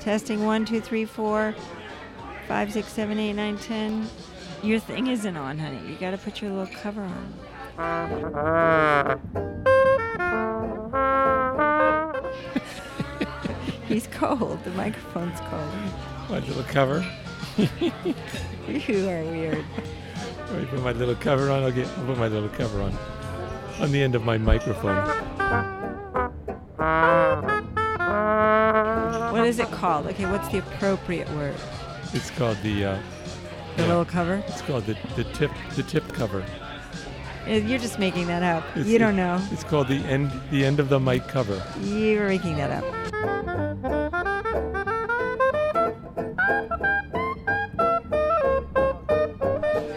Testing one, two, three, four, five, six, seven, eight, nine, ten. Your thing isn't on, honey. You gotta put your little cover on. He's cold. The microphone's cold. My little cover. You are weird. Let me put my little cover on. I'll get. I'll put my little cover on. On the end of my microphone. What is it called? Okay, what's the appropriate word? It's called the. Uh, The yeah, little cover? It's called the, the tip the tip cover. Uh, You're just making that up. It's, you don't know. It's called the end the end of the mic cover. You're making that up.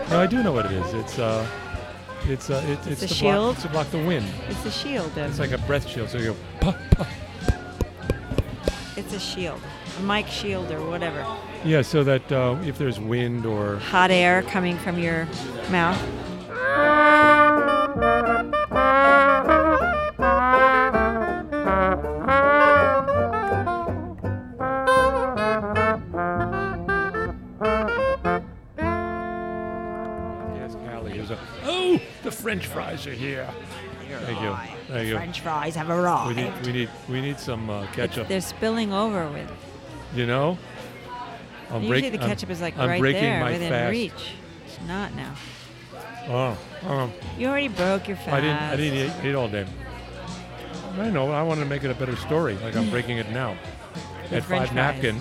No, I do know what it is. It's uh, it's uh, it, it's, a to shield? Block, it's to block the wind. It's a shield. Of, It's like a breath shield. So you go. Puff, puff. it's a shield. A mic shield or whatever. Yeah, so that uh, if there's wind or Hot air coming from your mouth. yes, Callie, it was a, oh, the French fries are here. Thank you. There you go. French fries have We need arrived. we need we need some uh, ketchup. They're spilling over with. You know, I'm Usually break- the I'm- ketchup is like I'm right breaking there my within fast. reach. It's not now. Oh, oh. You already broke your fast. I didn't. I didn't eat, eat all day. I know. I wanted to make it a better story. Like I'm breaking it now. At French Five fries. Napkin,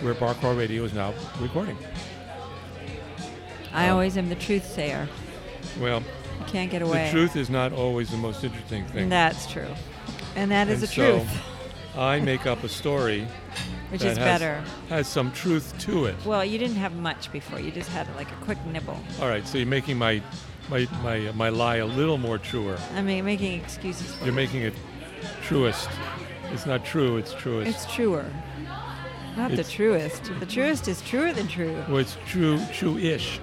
where Barcar Radio is now recording. I always am the truth sayer. Well, You can't get away. the truth is not always the most interesting thing. That's true. And that is and the so, truth, I make up a story which that is has, better. has some truth to it. Well, you didn't have much before. You just had like a quick nibble. All right. So you're making my my my my lie a little more truer. I mean, making excuses. For You're making it truest. It's not true. It's truest. It's truer. Not the It's- truest. The truest is truer than true. Well, it's true, true-ish.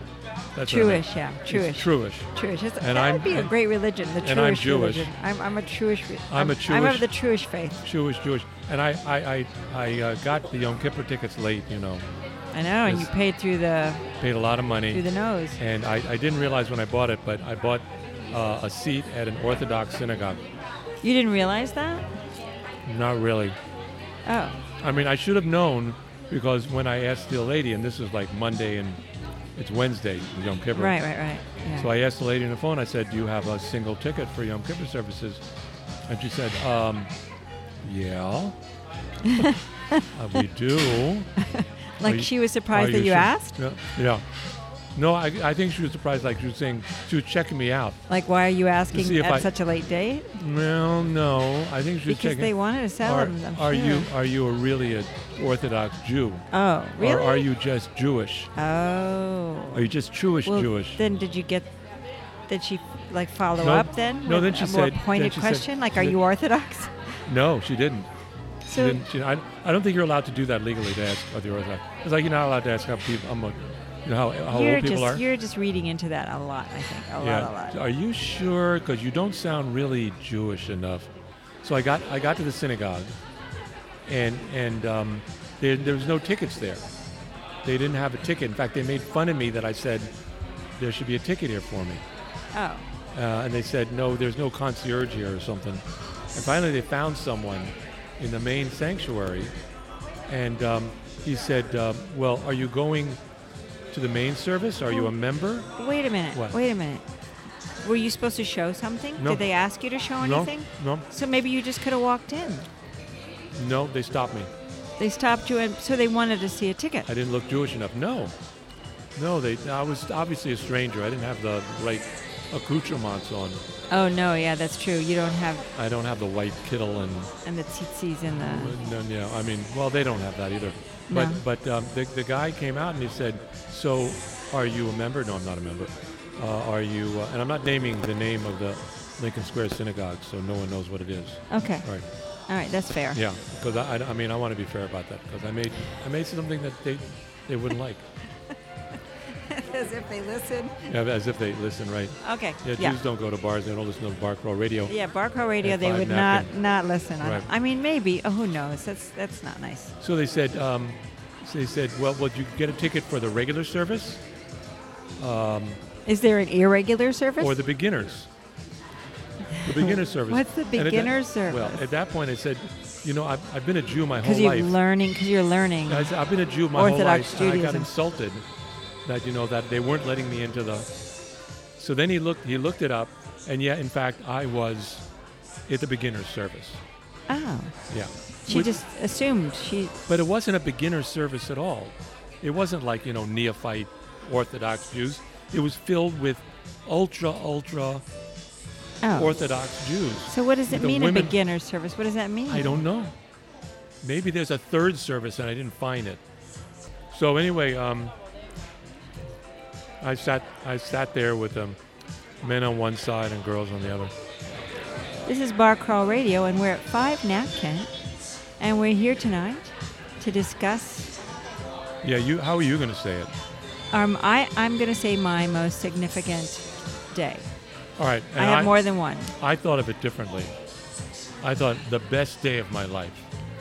That's what I meant. Truish, yeah. It's Truish. truish. Truish. That's, And that I'm- would be a and- great religion, the and I'm Truish Jewish. religion. I'm, I'm a Truish. re- I'm a I'm Jewish- of the Truish faith. Jewish, Jewish. And I, I, I, I uh, got the Yom Kippur tickets late. You know, I know, and you Yes. paid through the paid a lot of money. through the nose. and I, I didn't realize when I bought it, but I bought uh, a seat at an Orthodox synagogue. You didn't realize that? Not really. Oh, I mean, I should have known because when I asked the lady, and this was like Monday and it's Wednesday, Yom Kippur. right, right, right. Yeah. So I asked the lady on the phone, I said, Do you have a single ticket for Yom Kippur services? And she said, um, Yeah. Uh, we do. like Are you- she was surprised Are that you sure?" asked. Yeah. yeah. No, I, I think she was surprised. Like she was saying, she was checking me out. Like, why are you asking see if at I- such a late date? Well, no, I think she was Because checking. they wanted to sell are, them. I'm are sure. you are you a really a Orthodox Jew, Oh, really? or are you just Jewish? Oh. Are you just Jewish well, Jewish? Then did you get? Did she like follow No, up then? no, with then she a more said- then pointed she said- question like, she "Are said- you Orthodox?" no, she didn't. She So didn't- she- I, I don't think you're allowed to do that legally to ask of the Orthodox. It's like you're not allowed to ask how people, I'm a, you know, how, how you're old people just are. you're just reading into that a lot. I think a yeah. lot, a lot. Are you sure? Because you don't sound really Jewish enough. So I got I got to the synagogue, and and um, there there was no tickets there. They didn't have a ticket. In fact, they made fun of me that I said there should be a ticket here for me. Oh, Uh, and they said, no, there's no concierge here or something. And finally, they found someone in the main sanctuary, and um, he said, um, well, are you going to the main service? Are you a member? Oh, wait a minute. What? Wait a minute. Were you supposed to show something? No. Did they ask you to show No, anything? no, So maybe you just could have walked in. no. They stopped me. They stopped you, and so they wanted to see a ticket. I didn't look Jewish enough. No, no. They. I was obviously a stranger. I didn't have the right accoutrements on. Oh no, yeah, that's true. You don't have I don't have the white kittle and and the tzitzis and the. No, no. I mean, well, they don't have that either. But No. but um, the, the guy came out and he said, "So, are you a member? No, I'm not a member. Uh, are you? Uh, and I'm not naming the name of the Lincoln Square Synagogue, so no one knows what it is. Okay. All right. All right, that's fair. Yeah. Because I, I, I mean, I want to be fair about that because I made I made something that they they wouldn't like. as if they listen. Yeah, as if they listen, right? Okay. Yeah, yeah. Jews don't go to bars. They don't listen to bar crawl radio. Yeah, Barco Radio, And they five would napkin. not not listen. On Right. I mean, maybe. Oh, who knows? That's that's not nice. So they said, um, so they said, well, would you get a ticket for the regular service Is there an irregular service? or the beginners? The beginner service. What's the And at that- beginner Well, service? at that point, I said, you know, I've, I've been a Jew my whole Because you're life. learning. Because you're learning. I said, I've been a Jew my Orthodox whole life, and I got Judaism. insulted that you know that they weren't letting me into the. So then he looked. He looked it up, and yeah, in fact, I was at the beginner's service. Oh, Yeah. she Which- just assumed she. But it wasn't a beginner's service at all. It wasn't like, you know, neophyte Orthodox Jews. It was filled with ultra, ultra Oh. Orthodox Jews. so what does it the mean a women- beginner service? What does that mean? I don't know. Maybe there's a third service and I didn't find it. So anyway, um, I sat I sat there with um, men on one side and girls on the other. This is Bar Crawl Radio, and we're at Five Napkin, and we're here tonight to discuss. Yeah, you. How are you going to say it? Um, I I'm going to say my most significant day. All right. I and have more than one. I thought of it differently. I thought the best day of my life.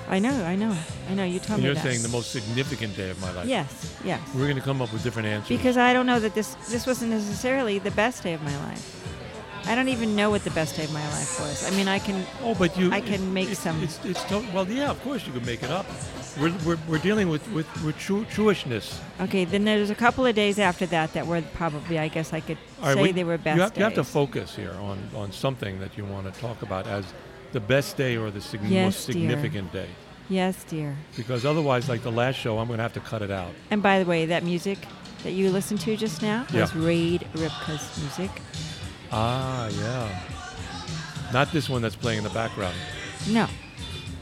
I know, I know, I know. You told And me you're that. saying the most significant day of my life. Yes, yes. We're going to come up with different answers. Because I don't know that this this wasn't necessarily the best day of my life. I don't even know what the best day of my life was. I mean, I can. oh, but you, I can make it's, some- It's, it's to, well, yeah, of course you can make it up. We're, we're, we're dealing with with, with Jew, Jewishness. Okay, then there's a couple of days after that that were probably, I guess, I could All right, say we- they were best you have, days. You have to focus here on on something that you want to talk about as the best day or the sig- Yes, most dear. significant day. yes, dear. Because otherwise, like the last show, I'm going to have to cut it out. And by the way, that music that you listened to just now Yeah. was Raid Ripka's music. Ah, yeah. Not this one that's playing in the background. No,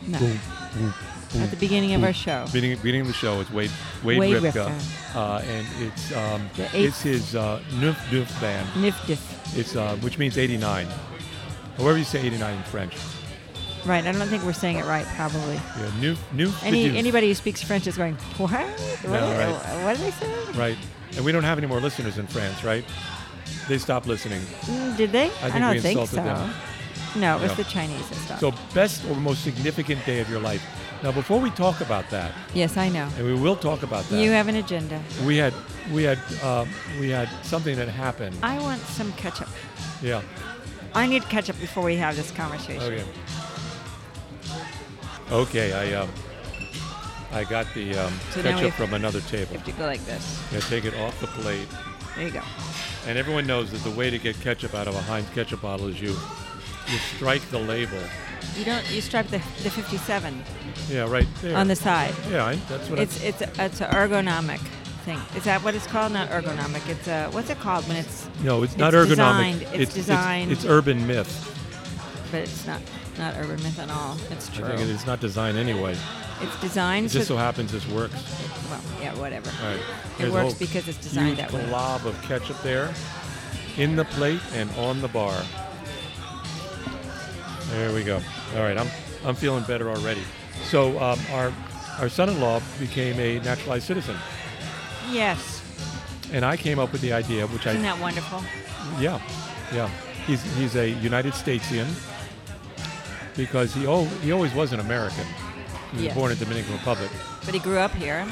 no. Boom, boom, boom. At the beginning of boom. our show, Beginning, beginning of the show is Wade Wade, Wade Ripka. Ripka, Uh, and it's um, The it's his uh, Neuf Neuf band. Niftif. It's uh, which means 89. However you say 89 in French. Right. I don't think we're saying it right, probably. Yeah, Neuf Neuf. Any Neuf. anybody who speaks French is going, what? What, No, did- right. what did they say? Right, and we don't have any more listeners in France, right? They stopped listening. Mm, Did they? think don't we think so. insulted them. No, it was Yeah. the Chinese and stuff. So best or most significant day of your life. Now before we talk about that, yes, I know. and we will talk about that. You have an agenda. we had we had um, we had something that happened. I want some ketchup. Yeah. I need ketchup before we have this conversation. Okay. Okay, I um, I got the um, So now we ketchup have- from another You table. have to go like this. I take it off the plate, There you go. and everyone knows that the way to get ketchup out of a Heinz ketchup bottle is you you strike the label. You don't. You stripe the, the 57 Yeah, right there. on the side. yeah, I, that's what It's it's a, it's an ergonomic thing. Is that what it's called? Not ergonomic. It's a what's it called when it's I. No, it's not it's ergonomic. designed- it's designed- It's, urban myth. but it's not not urban myth at all. It's true. I think it- it's not designed anyway. It's designed It just so so happens this works. well yeah whatever. All right. It There's a works whole because it's designed huge that way. glob of ketchup there, in the plate and on the bar. There we go. All right, I'm I'm feeling better already. So um, our our son-in-law became a naturalized citizen, Yes. and I came up with the idea, which Isn't I that wonderful? yeah, yeah. He's he's a United Statesian because he oh he always was an American. He was Yes. born in Dominican Republic. But he grew up here.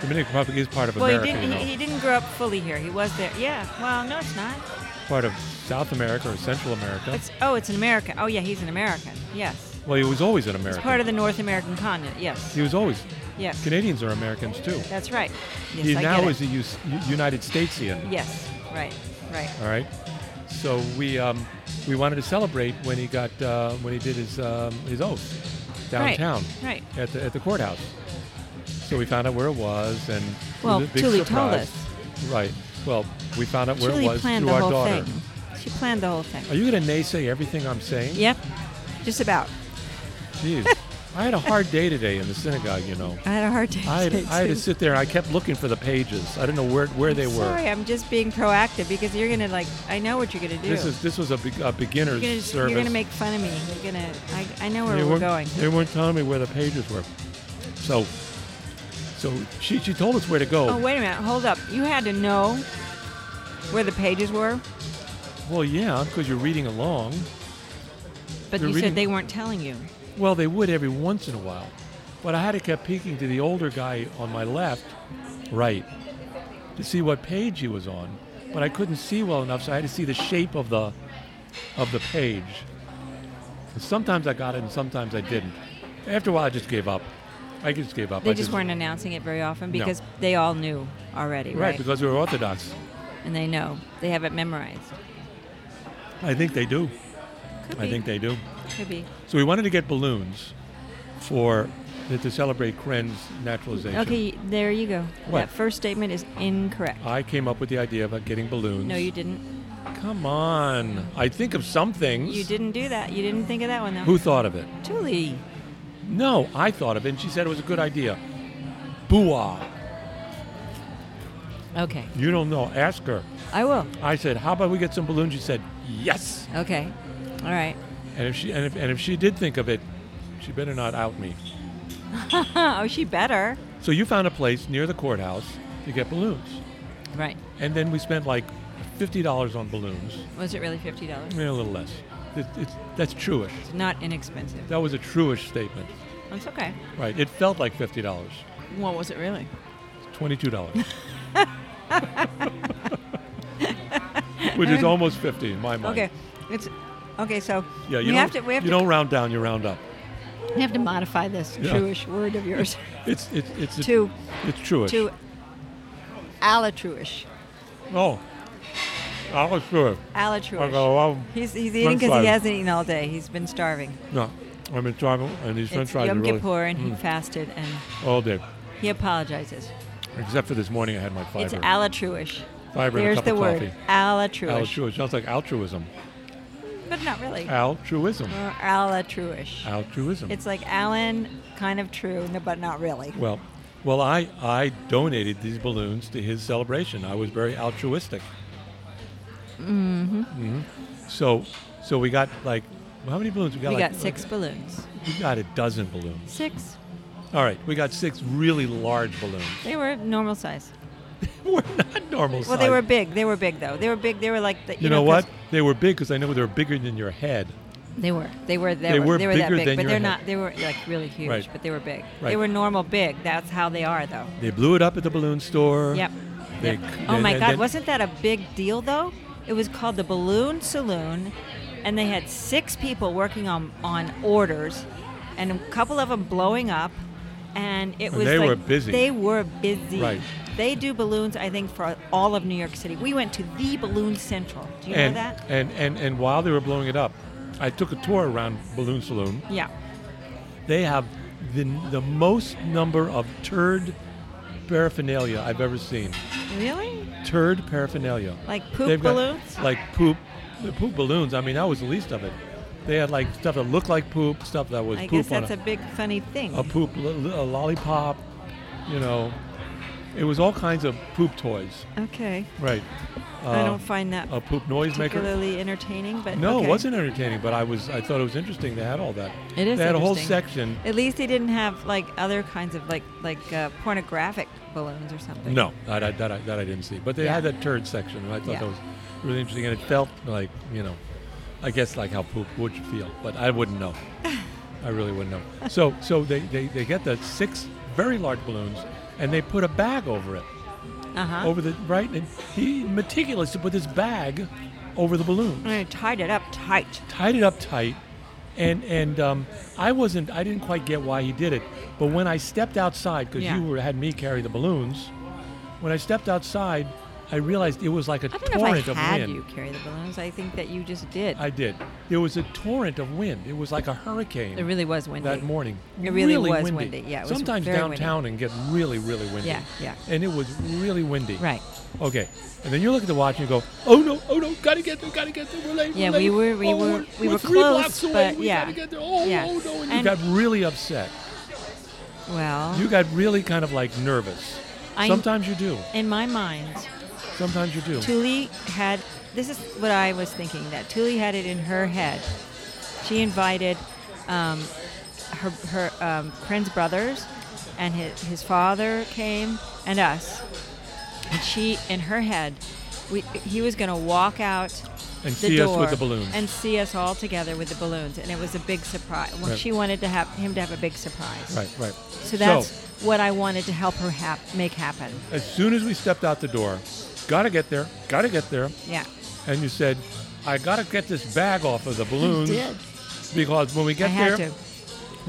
Dominican Republic is part of Well, America, he you didn't. know, He, he didn't grow up fully here. He was there. Yeah. Well, no, it's not. part of South America or Central America. It's oh, it's an American. Oh yeah, he's an American. Yes. Well, he was always an American. It's part of the North American continent. Yes. he was always. Yes. Canadians are Americans too. That's right. Yes, he I now get is it. a U- United Statesian. Yes. Right. Right. All right. So we um, we wanted to celebrate when he got uh, when he did his um, his oath downtown Right. at the at the courthouse. So we found out where it was, and Well, it was a big Julie told surprise. us. Right. Well, we found out where Julie it was planned through the our whole daughter. thing. She planned the whole thing. Are you going to naysay everything I'm saying? Yep. Just about. Jeez. I had a hard day today in the synagogue. You know. I had a hard time. I had, I had to too. sit there. and I kept looking for the pages. I didn't know where, where they were. Sorry, I'm just being proactive because you're gonna like. I know what you're gonna do. This is this was a, be- a beginner's you're gonna, just- you're service. gonna make fun of me. You're gonna. I, I know where they we're weren't, going. They weren't telling me where the pages were. So, so she she told us where to go. Oh wait a minute. Hold up. You had to know Where the pages were, Well, yeah, because you're reading along. but They're you reading- said they weren't telling you. Well, they would every once in a while, but I had to keep peeking to the older guy on my left, right, to see what page he was on. But I couldn't see well enough, so I had to see the shape of the of the page. And sometimes I got it, and sometimes I didn't. After a while, I just gave up. I just gave up. They I just weren't announcing it very often No. because they all knew already, right, right? because we were Orthodox. and they know they have it memorized. I think they do. Could I be. think they do. could be. So we wanted to get balloons for to celebrate Kren's naturalization. Okay, there you go. What? That first statement is incorrect. I came up with the idea about getting balloons. No, you didn't. Come on. I think of some things. You didn't do that. You didn't think of that one though. Who thought of it? Tuli. No, I thought of it, and she said it was a good idea. Booah. Okay, You don't know. Ask her. I will. I said, how about we get some balloons? She said, yes. Okay, all right. And if she and if, and if she did think of it, she better not out me. oh, she better. So you found a place near the courthouse to get balloons, Right. and then we spent like fifty dollars on balloons, Was it really fifty dollars? maybe a little less. It, it's that's truish. Not inexpensive. That was a truish statement, That's okay. right? It felt like fifty dollars, What was it really? twenty-two dollars. Which is almost 50 in my mind. Okay, it's okay. So Yeah, you we don't, have to. We have you to. don't round down, you round up. we have to modify this Yeah. Jewish word of yours It's it's it's a- Two. It's truish. to alatruish. Oh, I was sure. I Alatruish. go, um, He's, he's eating because fries. he hasn't eaten all day. He's been starving. no, I've been driving, and these French It's fries are Yom really mm. Kippur, and he fasted, and all day, he apologizes. except for this morning. I had my It's fiber. alatruish. Fiber and a There's cup the of word. coffee. Alatruish. altruish. Sounds like altruism. But not really. Altruism. Or alatruish. Altruism. It's like Alan, kind of true, no- but not really. well, well, I I donated these balloons to his celebration. I was very altruistic. Mm-hmm. mm-hmm. So so we got like how many balloons we got? We like, got six balloons. We got a dozen balloons. Six. All right, we got six really large balloons. They were normal size. were not normal size. Well, they were big. They were big, though. They were big. They were like the. You, You, know, what? 'cause They were big because I know they were bigger than your head. They were. They were. They, They were, were They were that bigger big, than but your they're head. not. They were like really huge, Right. but they were big. They Right. were normal big. That's how they are, though. They blew it up at the balloon store. Yep. They- Yep. Oh they- my they- God! they- Wasn't that a big deal, though? It was called the Balloon Saloon, and they had six people working on on orders, and a couple of them blowing up, and it And was they like, were busy. They were busy. Right. They do balloons, I think, for all of New York City. We went to the Balloon Central. Do you and, know that? And, and and while they were blowing it up, I took a tour around Balloon Saloon. Yeah. They have the the most number of turd paraphernalia I've ever seen. Really? Turd paraphernalia. Like poop They've got, balloons? like poop, the poop balloons. I mean, that was the least of it. They had like stuff that looked like poop, stuff that was I poop guess on that's a big funny thing. a poop lo- lo- a lollipop you know it was all kinds of poop toys Okay. right I Uh, don't find that a poop noisemaker particularly entertaining, but no okay. it wasn't entertaining but i was i thought it was interesting they had all that It is they had a whole interesting. section At least they didn't have like other kinds of like like uh, pornographic balloons or something. no that I, that I, that I didn't see but they Yeah. had that turd section and i thought Yeah. that was really interesting and it felt like you know i guess like how poop would feel but i wouldn't know i really wouldn't know so so they, they they get the six very large balloons and they put a bag over it Uh huh. over the right, and he meticulously put this bag over the balloon, I tied it up tight. tied it up tight, and and um, I wasn't, I didn't quite get why he did it, but when I stepped outside, because Yeah. you were, had me carry the balloons, when I stepped outside, I realized it was like a I don't know torrent if I of had wind. you carry the balloons. I think that you just did. I did. There was a torrent of wind. It was like a hurricane. it really was windy. That morning, It really was windy. windy. Yeah, it was sometimes very windy. downtown and get really, really windy. Yeah, yeah. And it was really windy. Right. Okay, and then you look at the watch and you go, "Oh no, oh no, gotta get there, gotta get there, we're late." Yeah, we're we late. were- we Oh, were- we're, we we're were three blocks close, away. but we yeah. gotta get there. Oh, Yeah. oh no, and you And- got really upset. Well, You got really kind of like nervous. I- sometimes you do. in my mind, Sometimes you do. Tuli had this is what I was thinking that Tuli had it in her head. She invited um, her her um, friend's brothers, and his, his father came, and us. And she in her head we, he was going to walk out And the see us door with the balloons. and see us all together with the balloons, and it was a big surprise. Well, Right. she wanted to have him to have a big surprise. Right, right. So that's what I wanted to help her hap- make happen. as soon as we stepped out the door, gotta get there, gotta get there, Yeah. and you said, I gotta get this bag off of the balloons did. because when we I get had there, to.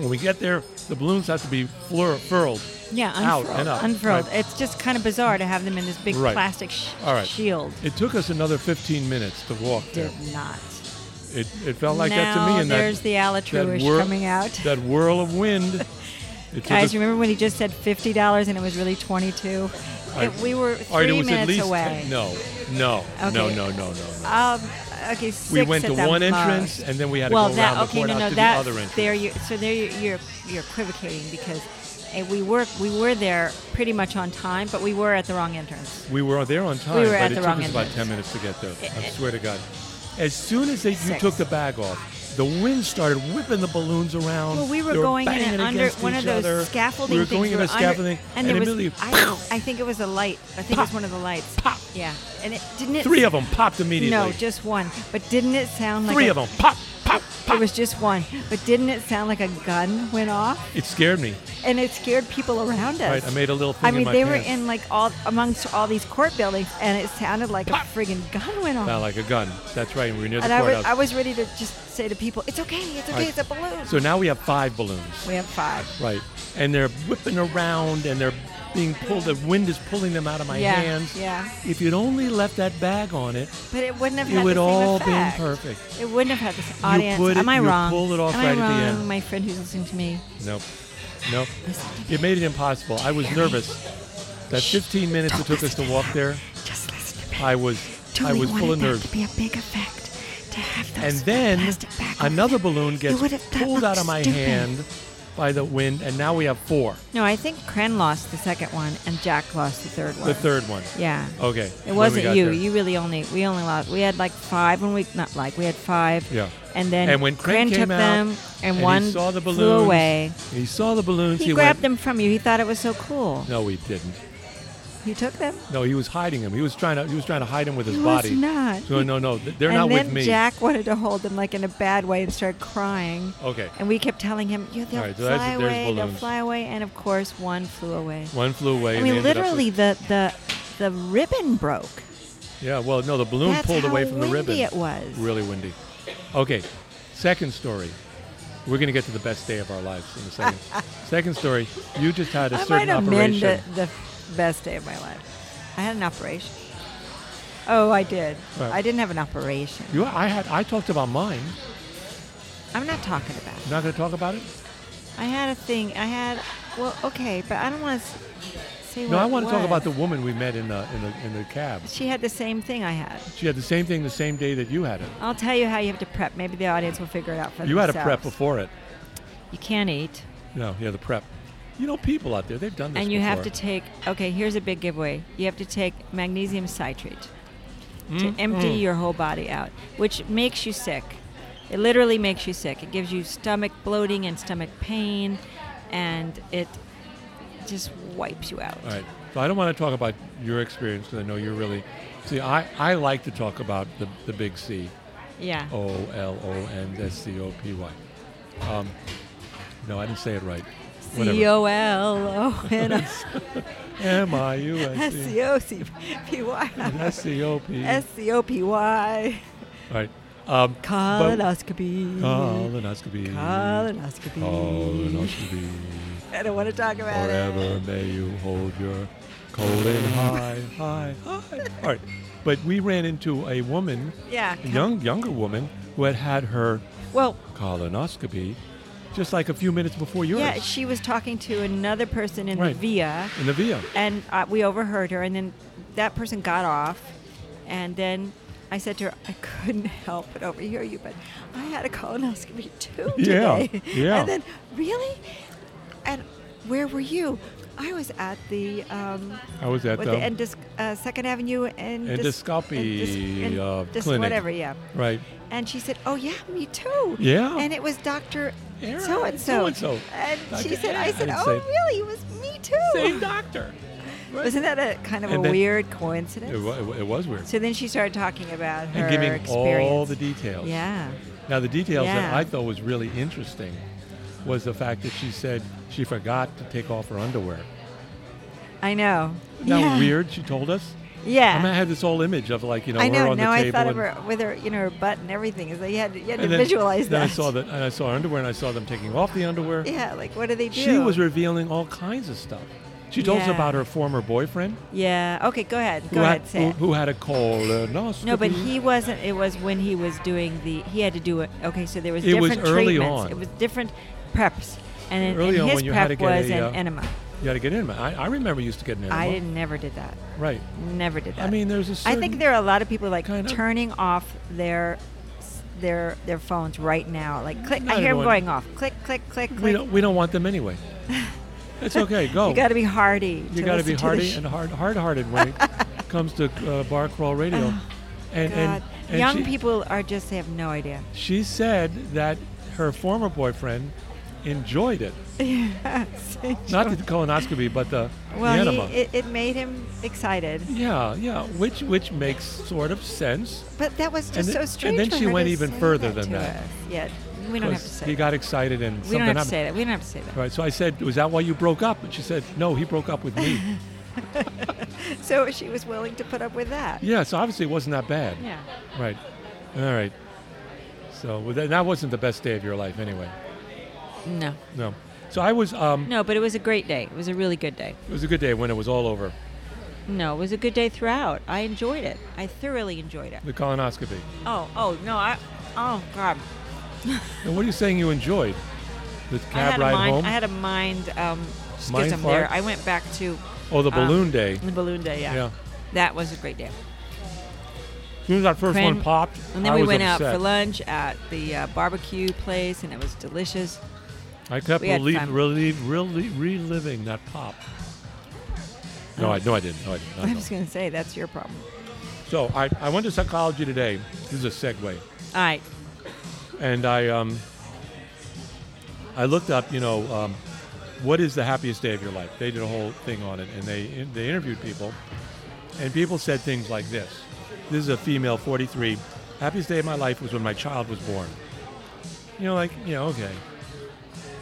when we get there, the balloons have to be flur- furled. Yeah, out unfurled. and up, unfurled. right. It's just kind of bizarre to have them in this big Right. plastic sh- All right. shield. It took us another 15 minutes to walk there. Did not. It, it felt like now that to me. And there's that, the that Alatruish whir- coming out. That whirl of wind. It took us- Guys, remember when he just said fifty dollars and it was really twenty-two? I- It- we were all right, three it was minutes at least away. no, no, no, Okay. no, no, no, no. Um, okay, six We went at to the one most. entrance and then we had to well, go that around the okay, board no, out no, to the that's other entrance. there. You so there you- you're you're equivocating because eh, we were we were there pretty much on time, but we were at the wrong entrance. We were there on time, We were but at it the took wrong us about entrance. 10 minutes to get there. I it- swear to God. As soon as they, you Six. took the bag off, the wind started whipping the balloons around. Well, we were They going in banging an under against one each of those other. scaffolding We were things. going in were a under- scaffolding, and, there was, immediately I, I think it was a light. I think it was one of the lights. Pop. Yeah, and it didn't. It, three of them popped immediately. No, just one. But didn't it sound like three a- of them pop, pop, It pop. was just one. But didn't it sound like a gun went off? It scared me. And it scared people around us. Right, I made a little thing I in mean, my they pants. were in like all amongst all these court buildings, and it sounded like Pop. a friggin' gun went off. Not like a gun. That's right. We were near the and I was, courthouse. I was ready to just say to people, "It's okay, it's okay, Right. it's a balloon." so now we have five balloons. we have five. Right. And they're whipping around and they're being pulled. The wind is pulling them out of my Yeah, hands. yeah. If you'd only left that bag on it, But it wouldn't have. it had would the same all been effect. perfect. It wouldn't have had the same audience. put it- Am I you wrong? pulled it off Am right I at the wrong? end. My friend who's listening to me. Nope. Nope. It made it impossible. I was nervous. That 15 minutes it took us to walk there, Just listen to me. I was I Julie was wanted full of that nerves. to be a big effect to have those And then plastic back over another there. balloon It gets would have- that pulled out of looks my stupid. hand by the wind, and now we have four. No, I think Kren lost the second one and Jack lost the third one. The third one. Yeah. Okay. It when we wasn't got you. there. You really only we only lost. We had like five when we not like we had five. Yeah. And then And when Kren took came out them and, and one he saw the flew balloons, away. He saw the balloons. He, He, grabbed them went, from you. He thought it was so cool. No, he didn't. He took them. No, he was hiding him. He was trying to. He was trying to hide him with his He was body. not. So no, no, th- they're and not then with me. Jack wanted to hold them like in a bad way and started crying. okay. And we kept telling him, yeah, they'll All right, so that's- fly there's away, they'll balloons. fly away, and of course one flew away. One flew away. I and they mean, ended up with- literally the the the ribbon broke. yeah. Well, no, the balloon That's pulled how away from the windy ribbon. it was. Really windy. Okay. Second story. We're gonna get to the best day of our lives in a second. second story. You just had a I might certain amend operation. the, the best day of my life. I had an operation. Oh, I did. Right. I didn't have an operation. You, I had. I talked about mine. I'm not talking about it. You're not gonna talk about it. I had a thing. I had. Well, okay, but I don't want to say what no, I want to talk about the woman we met in the in the in the cab. She had the same thing I had. She had the same thing the same day that you had it. I'll tell you how you have to prep. Maybe the audience will figure it out for You had a prep themselves. before it. You can't eat. No, yeah, the prep. You know, people out there, they've done this. and you have to before. take okay here's a big giveaway you have to take magnesium citrate Mm-hmm. to empty your whole body out which makes you sick it literally makes you sick it gives you stomach bloating and stomach pain and it just wipes you out All right. So I don't want to talk about your experience because I know you're really. See, I, I like to talk about the, the big C, yeah O L O N S C O P Y. Um, no, I didn't say it right. c-o-l-o-n-s-c-o-c-p-y M I U S E C S C O P. s-c-o-p-y All right. Um, but- uh-huh. colonoscopy Colonoscopy. Oh, colonoscopy Colonoscopy. i don't want to talk about it Forever may you hold your colon high, high, high. All right. But we ran into a woman, yeah a young, younger woman, who had had her well colonoscopy just like a few minutes before yours Yeah, she was talking to another person in Right. the via, in the VIA. and uh, we overheard her. And then that person got off, and then I said to her, "I couldn't help but overhear you, but I had a colonoscopy too Yeah, today." yeah. And then really, and where were you? I was at the um, I was at what the, the Endis- uh, Second Avenue and Endoscopy, uh, clinic. whatever, yeah. right. And she said, "Oh yeah, me too." Yeah. And it was Doctor Yeah, so and so. so-and-so. And she Doctor- said, "I yeah, said, and oh say- really? It was me too." Same doctor. Wasn't that a kind of And a then- weird coincidence? It, wa- it was weird. So then she started talking about her and giving experience. all the details. yeah. Now the details that Yeah. I thought was really interesting was the fact that she said she forgot to take off her underwear. I know. Isn't that yeah. weird? She told us. I, mean, I Yeah. had this whole image of like you know I her know. on Now the I table. thought of and, her with her, you know, her butt and everything. Is like you had to, you had to and then, visualize then that. I saw that, and I saw her underwear, and I saw them taking off the underwear. Yeah. Like what do they do? She was revealing all kinds of stuff. She told us Yeah. about her former boyfriend yeah. Okay. Go ahead. Go who, ahead. had, say who, it. who had a uh, colonoscopy. No, but he wasn't. It was when he was doing the. He had to do it. Okay, so there was It was different early treatments. on. It was different preps, and, in- Early and on his when you prep had to get was a, an uh, enema. you had to get in. I, I remember you used to get an enema. I didn't never did that. Right. Never did that. I mean, there's a I certain. think there are a lot of people like kind of- turning off their s- their their phones right now. Like click. Not I hear them everyone. going off. Click, click, click, we click. don't we don't want them anyway. It's okay. Go. You got to be hardy. You to gotta listen be to the hardy sh- and hard hard-hearted when it comes to uh, bar crawl radio. and, and, Oh, God. and young she, people are just they have no idea. She said that her former boyfriend enjoyed it. Yes. Not the colonoscopy, but the, the well, enema. he, it, it made him excited. yeah, yeah, which which makes sort of sense. But that was And just then- so and strange. then for she her went to even say further that than to that. us. Yeah, we don't have to 'cause say. he that. got excited and we something don't have to happened. say that. We don't have to say that. Right, so I said, "Was that why you broke up?" And she said, "No, he broke up with me." So she was willing to put up with that. yeah, so obviously it wasn't that bad. Yeah. Right. All right. So well, that, that wasn't the best day of your life, anyway. No. No. So I was. Um, No, but it was a great day. It was a really good day. It was a good day when it was all over. No, it was a good day throughout. I enjoyed it. I thoroughly enjoyed it. The colonoscopy. Oh, oh no, I, oh God, And what are you saying you enjoyed? The I had cab a ride mind. home. I had a mind um, Mind schism there. fart? I went back to oh, the um, balloon day. the balloon day. Yeah. Yeah. That was a great day. As soon as that first Friend- one popped, And then I we was went out upset. for lunch at the uh, barbecue place, and it was delicious. I kept We had relie- fun. relie- relie- reliving that pop. Oh. No, I no, I didn't. No, I didn't. No, I no. was going to say that's your problem. So I, I went to psychology today. This is a segue, All right. and I um, I looked up, you know, um, what is the happiest day of your life? They did a whole thing on it, and they they interviewed people, and people said things like this. This is a female, 43. Happiest day of my life was when my child was born. You know, like you know, okay,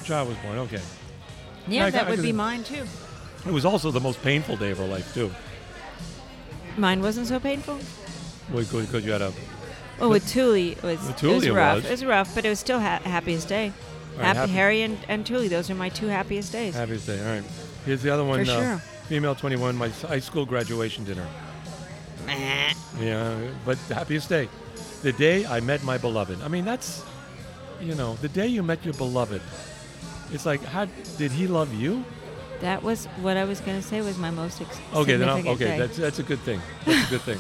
child was born, okay. Yeah, I- that I would be couldn't- mine too. It was also the most painful day of her life too, Mine wasn't so painful. because because you had a Well, with Thule, it was, With it was Thule it rough. was. It was rough, but it was still ha- happiest day. right, Hap- happy- Harry and, and Thule, those are my two happiest days. Happiest day. All right. Here's the other one. For uh, sure. Female 21, my s- high school graduation dinner. Meh. Yeah, but the happiest day. The day I met my beloved. I mean, that's, you know, the day you met your beloved. It's like, how did he love you? That was what I was going to say was my most ex- Okay, then I'm, significant okay, day. that's that's a good thing. That's a good thing.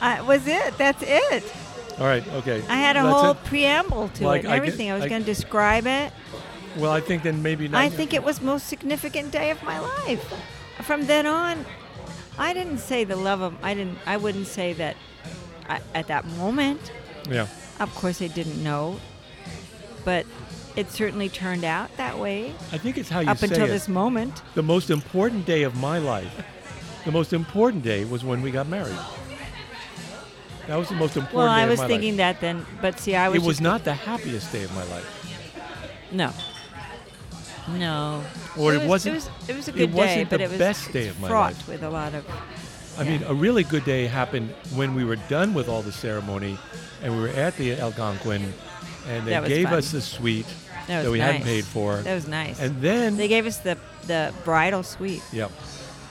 I- was it. That's it. All right, okay. I had a That's whole it? preamble to Well, I- it and I get- everything. I, was I- going to describe it. Well, I think then maybe. Not, I think it was most significant day of my life. From then on, I didn't say the love of. I didn't. I wouldn't say that. I, at that moment, Yeah. of course, I didn't know, but it certainly turned out that way I think it's how you up say until it. this moment. The most important day of my life. The most important day was when we got married. That was the most important. Well, day I of was my life. thinking that then, but see, I was. it was just- not the happiest day of my life. no. No. Or it was, wasn't- It was, it was a it good day, wasn't but the it was best day it's of my fraught life. with a lot of. I mean, Yeah. a really good day happened when we were done with all the ceremony, and we were at the Algonquin, and they That was gave fun. us the suite That was we nice. hadn't paid for, That was nice. and then They gave us the the bridal suite. yeah,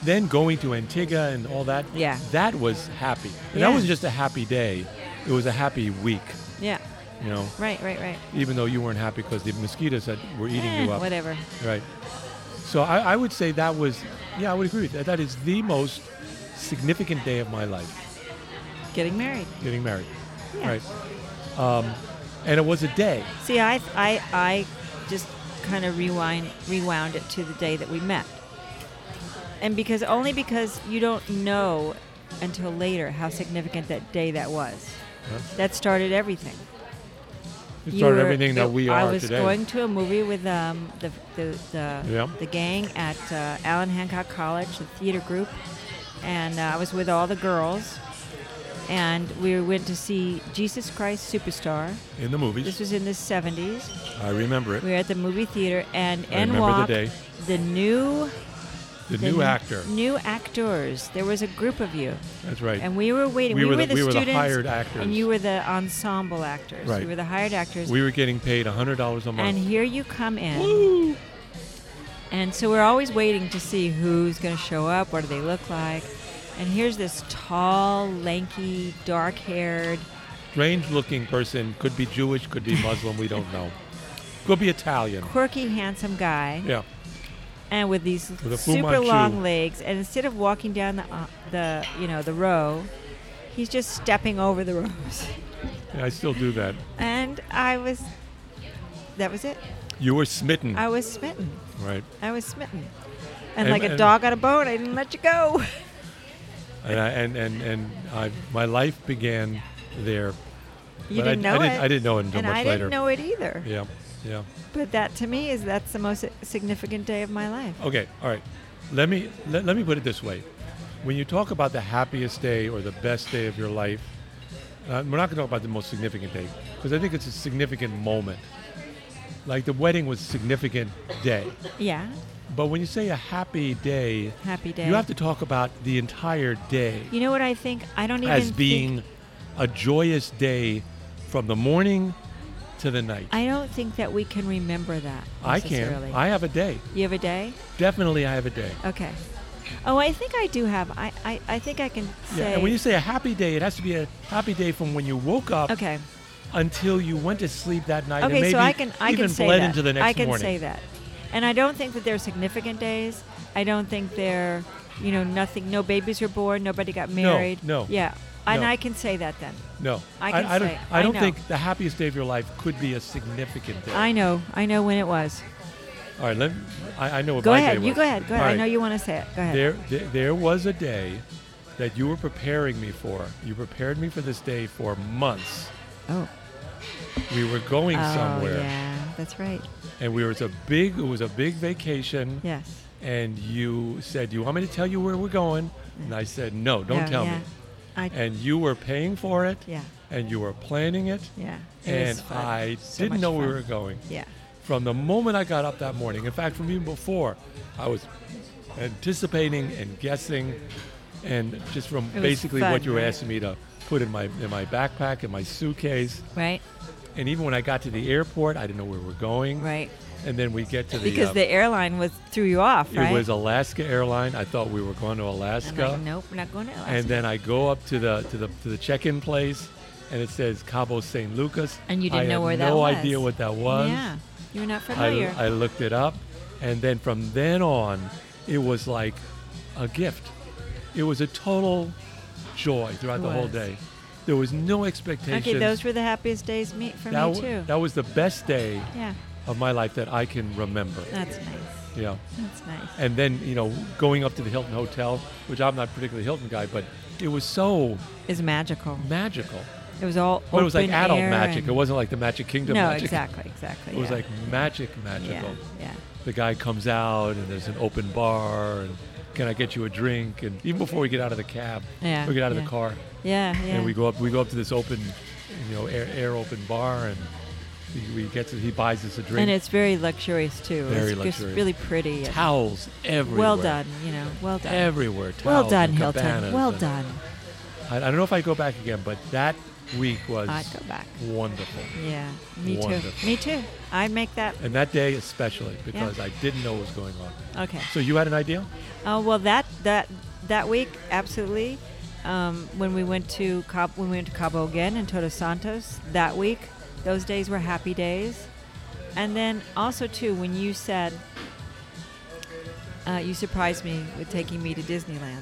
then going to Antigua and all that. Yeah. that was happy. And Yeah. that was just a happy day. It was a happy week. Yeah. You know, Right. Right. Right. even though you weren't happy because the mosquitoes had, were eating Eh, you up. Whatever. Right. So I, I would say that was, yeah, I would agree with that. That is the most significant day of my life, Getting married. getting married. Yeah. Right. Um, and it was a day. See, I, I, I just kind of rewind, rewound it to the day that we met, and because only because you don't know until later how significant that day that was. Huh? That started everything. It you started were- everything that we I are was today. going to a movie with um, the the the, Yeah. the gang at uh, Allen Hancock College, the theater group, and uh, I was with all the girls, and we went to see Jesus Christ Superstar. in the movies. This was in the '70s. I remember it. We were at the movie theater, and I and remember the walked day. the new The, the new n- actor. new actors. There was a group of you, That's right. and we were waiting. We We, were were, the, the- we were the students, hired actors. and you were the ensemble actors. Right. You were the hired actors. we were getting paid hundred dollars a and month. here you come in. And so we're always waiting to see who's going to show up. What do they look like? And here's this tall, lanky, dark-haired. Strange-looking person could be Jewish, could be Muslim. we don't know. Could be Italian. Quirky, handsome guy, Yeah. and with these With a Fu super Manchu. long legs. And instead of walking down the, uh, the you know the row, he's just stepping over the rows. Yeah, I still do that. And I was, that was it. You were smitten, I was smitten. right? I was smitten. And, And- like a and- dog on a bone, I didn't let you go. And I, and and, and I, my life began there. You but didn't I, know I it. Didn't, I didn't know it until and much I later. didn't know it either. Yeah, yeah. But that to me is that's the most significant day of my life. Okay, all right. Let me let, let me put it this way: when you talk about the happiest day or the best day of your life, uh, we're not going to talk about the most significant day because I think it's a significant moment. Like the wedding was a significant day, Yeah, but when you say a happy day, happy day. you have to talk about the entire day You know what I think? I don't even as think- being a joyous day from the morning to the night. I don't think that we can remember that. I can. necessarily. I have a day. you have a day? Definitely, I have a day. Okay. Oh, I think I do have. I I, I think I can Yeah, say. and when you say a happy day, it has to be a happy day from when you woke up okay. until you went to sleep that night. and Okay, maybe so I can I even can say bled that. into the next I can morning. say that, and I don't think that they're significant days. I don't think they're, you know, nothing. No babies were born. Nobody got married. no. Yeah, and No. I can say that then. No, I can I, don't. say- I I don't know. think the happiest day of your life could be a significant day. I know. I know when it was. All right, let me, I, I know what Go my ahead. day You was. go ahead. Go ahead. All I right. know you want to say it. Go ahead. There, there, there was a day that you were preparing me for. You prepared me for this day for months. oh. We were going Oh, somewhere, yeah. That's right. and we were, it was a big. It was a big vacation. Yes. And you said, "Do you want me to tell you where we're going?" And I said, "No, don't No, tell Oh, yeah. me." I, and you were paying for it yeah. and you were planning it Yeah. It was and fun. i So didn't much know where fun. we were going Yeah. from the moment i got up that morning in fact from even before i was anticipating and guessing and just from was basically what fun, you were right? asking me to put in my in my backpack and my suitcase Right. and even when i got to the airport i didn't know where we were going Right. and then we get to the Because uh, the airline was threw you off, right? it was alaska airline i thought we were going to I'm alaska like, nope, we're not going to Alaska. and then I go up to the to the to the check-in place, and it says Cabo San Lucas. And you I didn't know had where that no was. idea what that was. Yeah, you're not familiar. I, I looked it up, and then from then on, it was like a gift. It was a total joy throughout It the whole was. day. There was no expectations. okay, those were the happiest days me, for that, me w- too. that was the best day yeah, of my life that I can remember. that's nice. Yeah. That's nice. And then, you know, going up to the Hilton Hotel, which I'm not particularly a Hilton guy, but it was so It's magical. magical. It was all. But it was like open adult air magic. and- It wasn't like the Magic Kingdom no, magic. exactly, exactly. It was yeah. like magic magical. yeah, yeah. The guy comes out and there's an open bar and can I get you a drink? And even before we get out of the cab, Yeah, we get out of yeah. the car Yeah, yeah. and we go up we go up to this open you know, air, air open bar and we, we get to he buys us a drink. And it's very luxurious too. Very it's luxurious. Just really pretty. and towels everywhere. well done, you know. Well done. Everywhere. well towels done, and Hilton. cabanas Well and- done. I, I don't know if I go back again, but that week was I'd go back. wonderful. Yeah, me too. Wonderful. Me too. I'd make that. And that day especially because I didn't know what was going on. Okay. So you had an idea? Oh well, that that that week absolutely. Um, when we went to Cabo, when we went to Cabo again and Todos Santos that week, those days were happy days. And then also too, when you said uh, you surprised me with taking me to Disneyland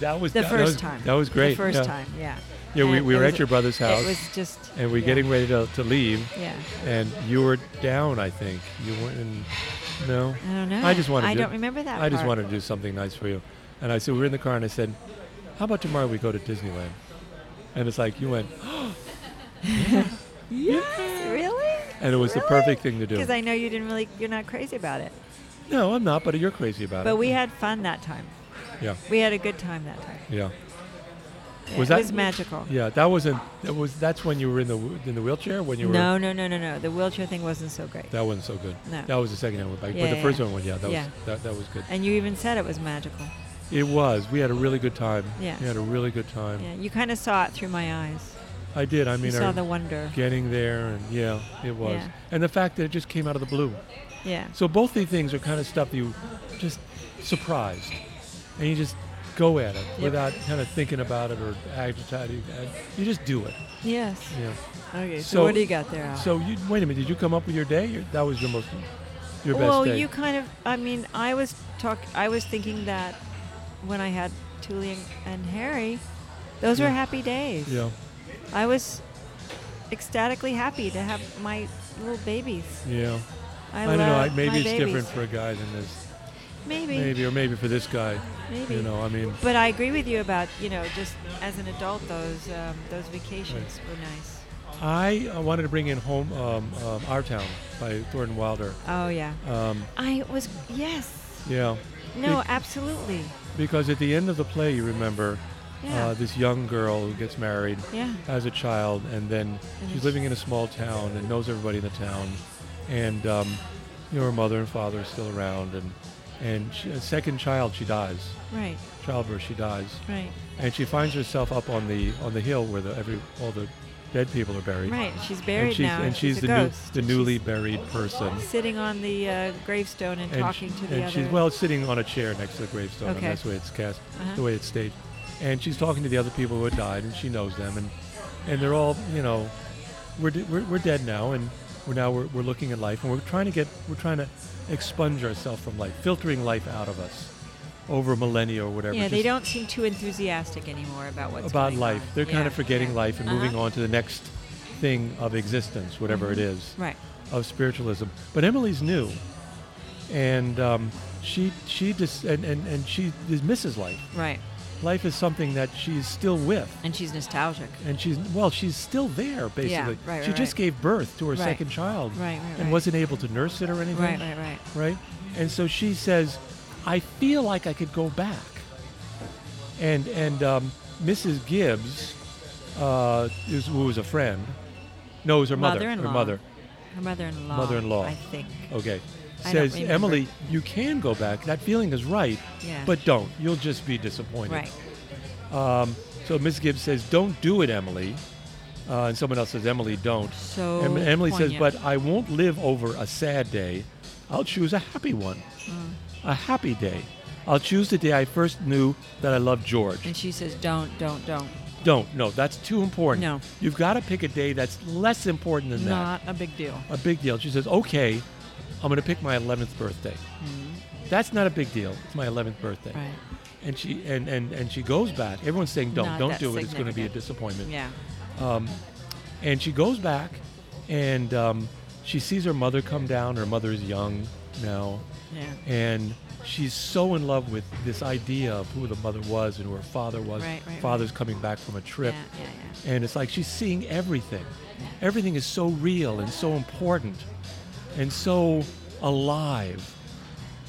That was the that- that first was- time. That was great. The first yeah. time, yeah. Yeah, we, And we it were was- at your brother's house, It was just. and we yeah, are getting ready to, to leave, Yeah. and you were down. I think you weren't. In, no, I don't know. I just wanted. I to, don't remember that. I just part. wanted to do something nice for you, and I said we were in the car, and I said, "How about tomorrow we go to Disneyland?" And it's like you went, Yes, really. and it was the perfect thing to do. Because I know you didn't really, you're not crazy about it. no, I'm not, but you're crazy about But it. we had fun that time. yeah, We had a good time that time. yeah, Yeah, Was it that- was magical. yeah. That wasn't. That was. That's when you were in the w- in the wheelchair when you were. No, no, no, no, no. The wheelchair thing wasn't so great. That wasn't so good. No. That was the second hand went back, Yeah, but the yeah, first yeah. one, yeah, that Yeah. was that, that was good. And you even said it was magical. It was. We had a really good time. Yeah. We had a really good time. Yeah, you kind of saw it through my eyes. I did. I You mean, I saw the wonder. getting there, and yeah, it was. Yeah. And the fact that it just came out of the blue. Yeah. So both these things are kind of stuff you just surprised, and you just go at it without kind of thinking about it or agitating. You just do it. Yes. Yeah. Okay. So, So- what do you got there? Al? So you wait a minute. Did you come up with your day? Your, that was your most your best well, day. you kind of. I mean, I was talk. I was thinking that when I had Tuli and, and Harry, those were Yeah. happy days. yeah. I was ecstatically happy to have my little babies. Yeah. I, I, love don't know. I- Maybe my it's babies. different for a guy than this. Maybe. Maybe or maybe for this guy. Maybe. You know. I mean. But I agree with you about you know just as an adult those um, those vacations were nice. I uh, wanted to bring in home um, um, our town by Thornton Wilder. Oh yeah. Um, I was yes. yeah, No, It- absolutely. because at the end of the play, you remember Yeah. uh, this young girl who gets married yeah. as a child, and then And she's it's- living in a small town and knows everybody in the town, and um, you know her mother and father are still around, and and she, a second child she dies, Right. childbirth she dies, Right. and she finds herself up on the on the hill where the every all the dead people are buried. Right. She's buried and she's, now. and she's, a the, new, ghost. the She's newly buried person. sitting on the uh, gravestone and, talking she- to the and other. she's well sitting on a chair next to the gravestone and Okay. that's the way it's cast Uh-huh. the way it's staged and she's talking to the other people who had died and she knows them and and they're all you know we're, de- we're, we're dead now and we're now we're, we're looking at life and we're trying to get we're trying to expunge ourselves from life filtering life out of us over millennia or whatever yeah, they just don't seem too enthusiastic anymore about what's about going life on. they're kind Yeah, of forgetting yeah. life and Uh-huh. Mm-hmm. moving on to the next thing of existence whatever it is Right. of spiritualism. But Emily's new, and um, she she dis- and, and and she dismisses life. Right. Life is something that she's still with, And she's nostalgic. and she's well, she's still there basically. right, she right, just right. gave birth to her Right. second child, Right, right, and right. wasn't able to nurse it or anything, Right. Right. Right. right? And so she says, "I feel like I could go back," and and um, Mrs. Gibbs. Uh, is, who was a friend? No, it was her mother. Her Mother-in-law. mother. Her mother-in-law. Mother-in-law. I think. Okay. I don't Says remember. Emily, you can go back. That feeling is right, Yeah. but don't. You'll just be disappointed. Right. Um, so Miss Gibbs says, "Don't do it, Emily," uh, and someone else says, "Emily, don't." So. Em- Emily says, poignant. "But I won't live over a sad day. I'll choose a happy one, Mm. a happy day. I'll choose the day I first knew that I loved George. And she says, "Don't, don't, don't. Don't. No, that's too important. No. You've got to pick a day that's less important than that." Not a big deal." a big deal. She says, okay, I'm going to pick my 11th birthday. That's not a big deal. It's my 11th birthday. Mm-hmm. Right. And she and, and, and she goes back. Everyone's saying, don't, Not don't that do it. It's going to be a significant. disappointment. Yeah. And she goes back and um, she sees her mother come down. Her mother is young now. Yeah. And she's so in love with this idea of who the mother was and who her father was. Right, right, Father's coming back from a Yeah. trip. Yeah. Yeah. And it's like she's seeing everything. Everything is so real and so important and so alive.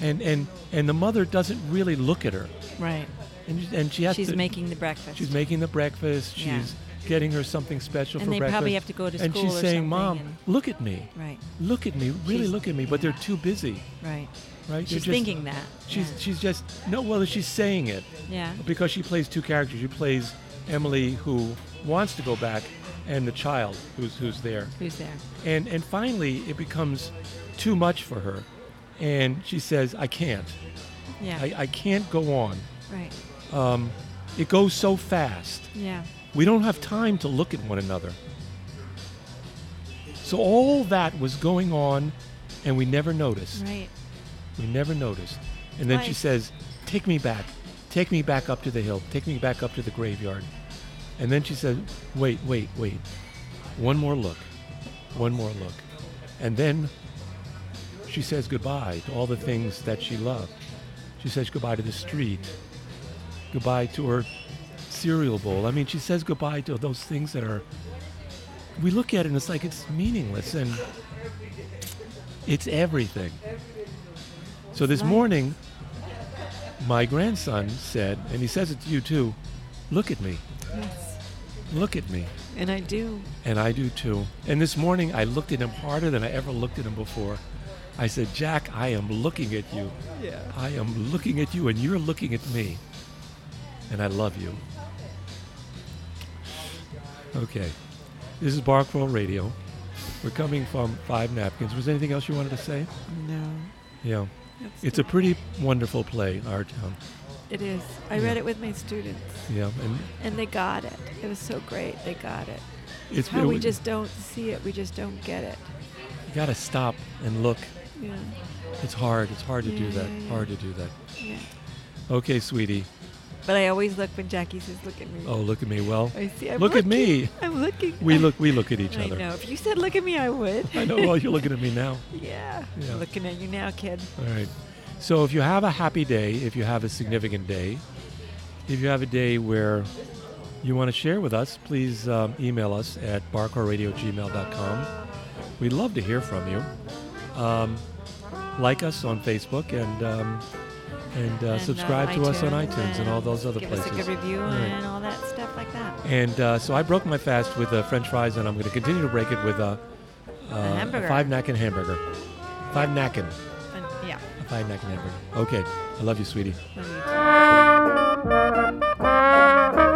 And and and the mother doesn't really look at her. Right. And, and she has She's to, making the breakfast. she's making the breakfast. She's Yeah. getting her something special And for they breakfast. probably have to go to And school she's or something saying, "Mom, and- look at me. right. Look at me. Really She's- look at me." But yeah. they're too busy, Right. right? They're She's just- thinking that. She's she's just no. Well, she's saying it yeah. yeah. because she plays two characters. She plays Emily, who wants to go back, and the child who's who's there. Who's there? And and finally, it becomes too much for her, and she says, "I can't. Yeah. I, I can't go on. right. Um, it goes so fast. Yeah. We don't have time to look at one another." So all that was going on, and we never noticed. Right. We never noticed. And then she Right. says, Take me back. Take me back up to the hill. Take me back up to the graveyard. And then she says, Wait, wait, wait. One more look. One more look. And then she says goodbye to all the things that she loved. She says goodbye to the street. Goodbye to her cereal bowl. I mean, she says goodbye to those things that are we look at it and it's like it's meaningless and it's everything. So this Right. morning, my grandson said, and he says it to you too, look at me, Yes. look at me. And I do. And I do too. And this morning I looked at him harder than I ever looked at him before. I said, Jack, I am looking at you. Yeah. I am looking at you and you're looking at me. And I love you. Okay. This is Barcrow Radio. We're coming from Five Napkins. Was there anything else you wanted to say? No. Yeah. That's It's a pretty wonderful play, Our Town. It is. I read it with my students, Yeah. And and they got it. It was so great. They got it. it's How we it- just don't see it. We just don't get it. you gotta stop and look. Yeah. It's hard. It's hard to do Yeah, that. yeah, yeah. Hard to do that. Yeah. Okay, sweetie. But I always look when Jackie says, "Look at me." Oh, look at me. Well, I see. I'm look at looking. me. I'm looking. We look. We look at each I other. know. If you said, "Look at me," I would. I know. Well, you're looking at me now. yeah. Yeah. Looking at you now, kid. All right. So if you have a happy day, if you have a significant day, if you have a day where you want to share with us, please um, email us at barcorradiogmail.com. We'd love to hear from you. Um, like us on Facebook and um, and, uh, And, uh, subscribe to us on iTunes and, all those other give places. us a good review All right. and all that stuff like that. And uh, so I broke my fast with uh, French fries, and I'm going to continue to break it with a, uh, hamburger. a five napkin hamburger. Five napkin. And, yeah. A five napkin hamburger. Okay. I love you, sweetie. love you too. Love you too.